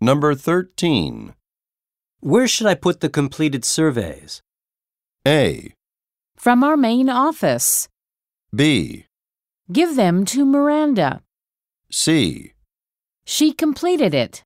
Number 13. Where should I put the completed surveys? A, From our main office. B, Give them to Miranda. C. She completed it.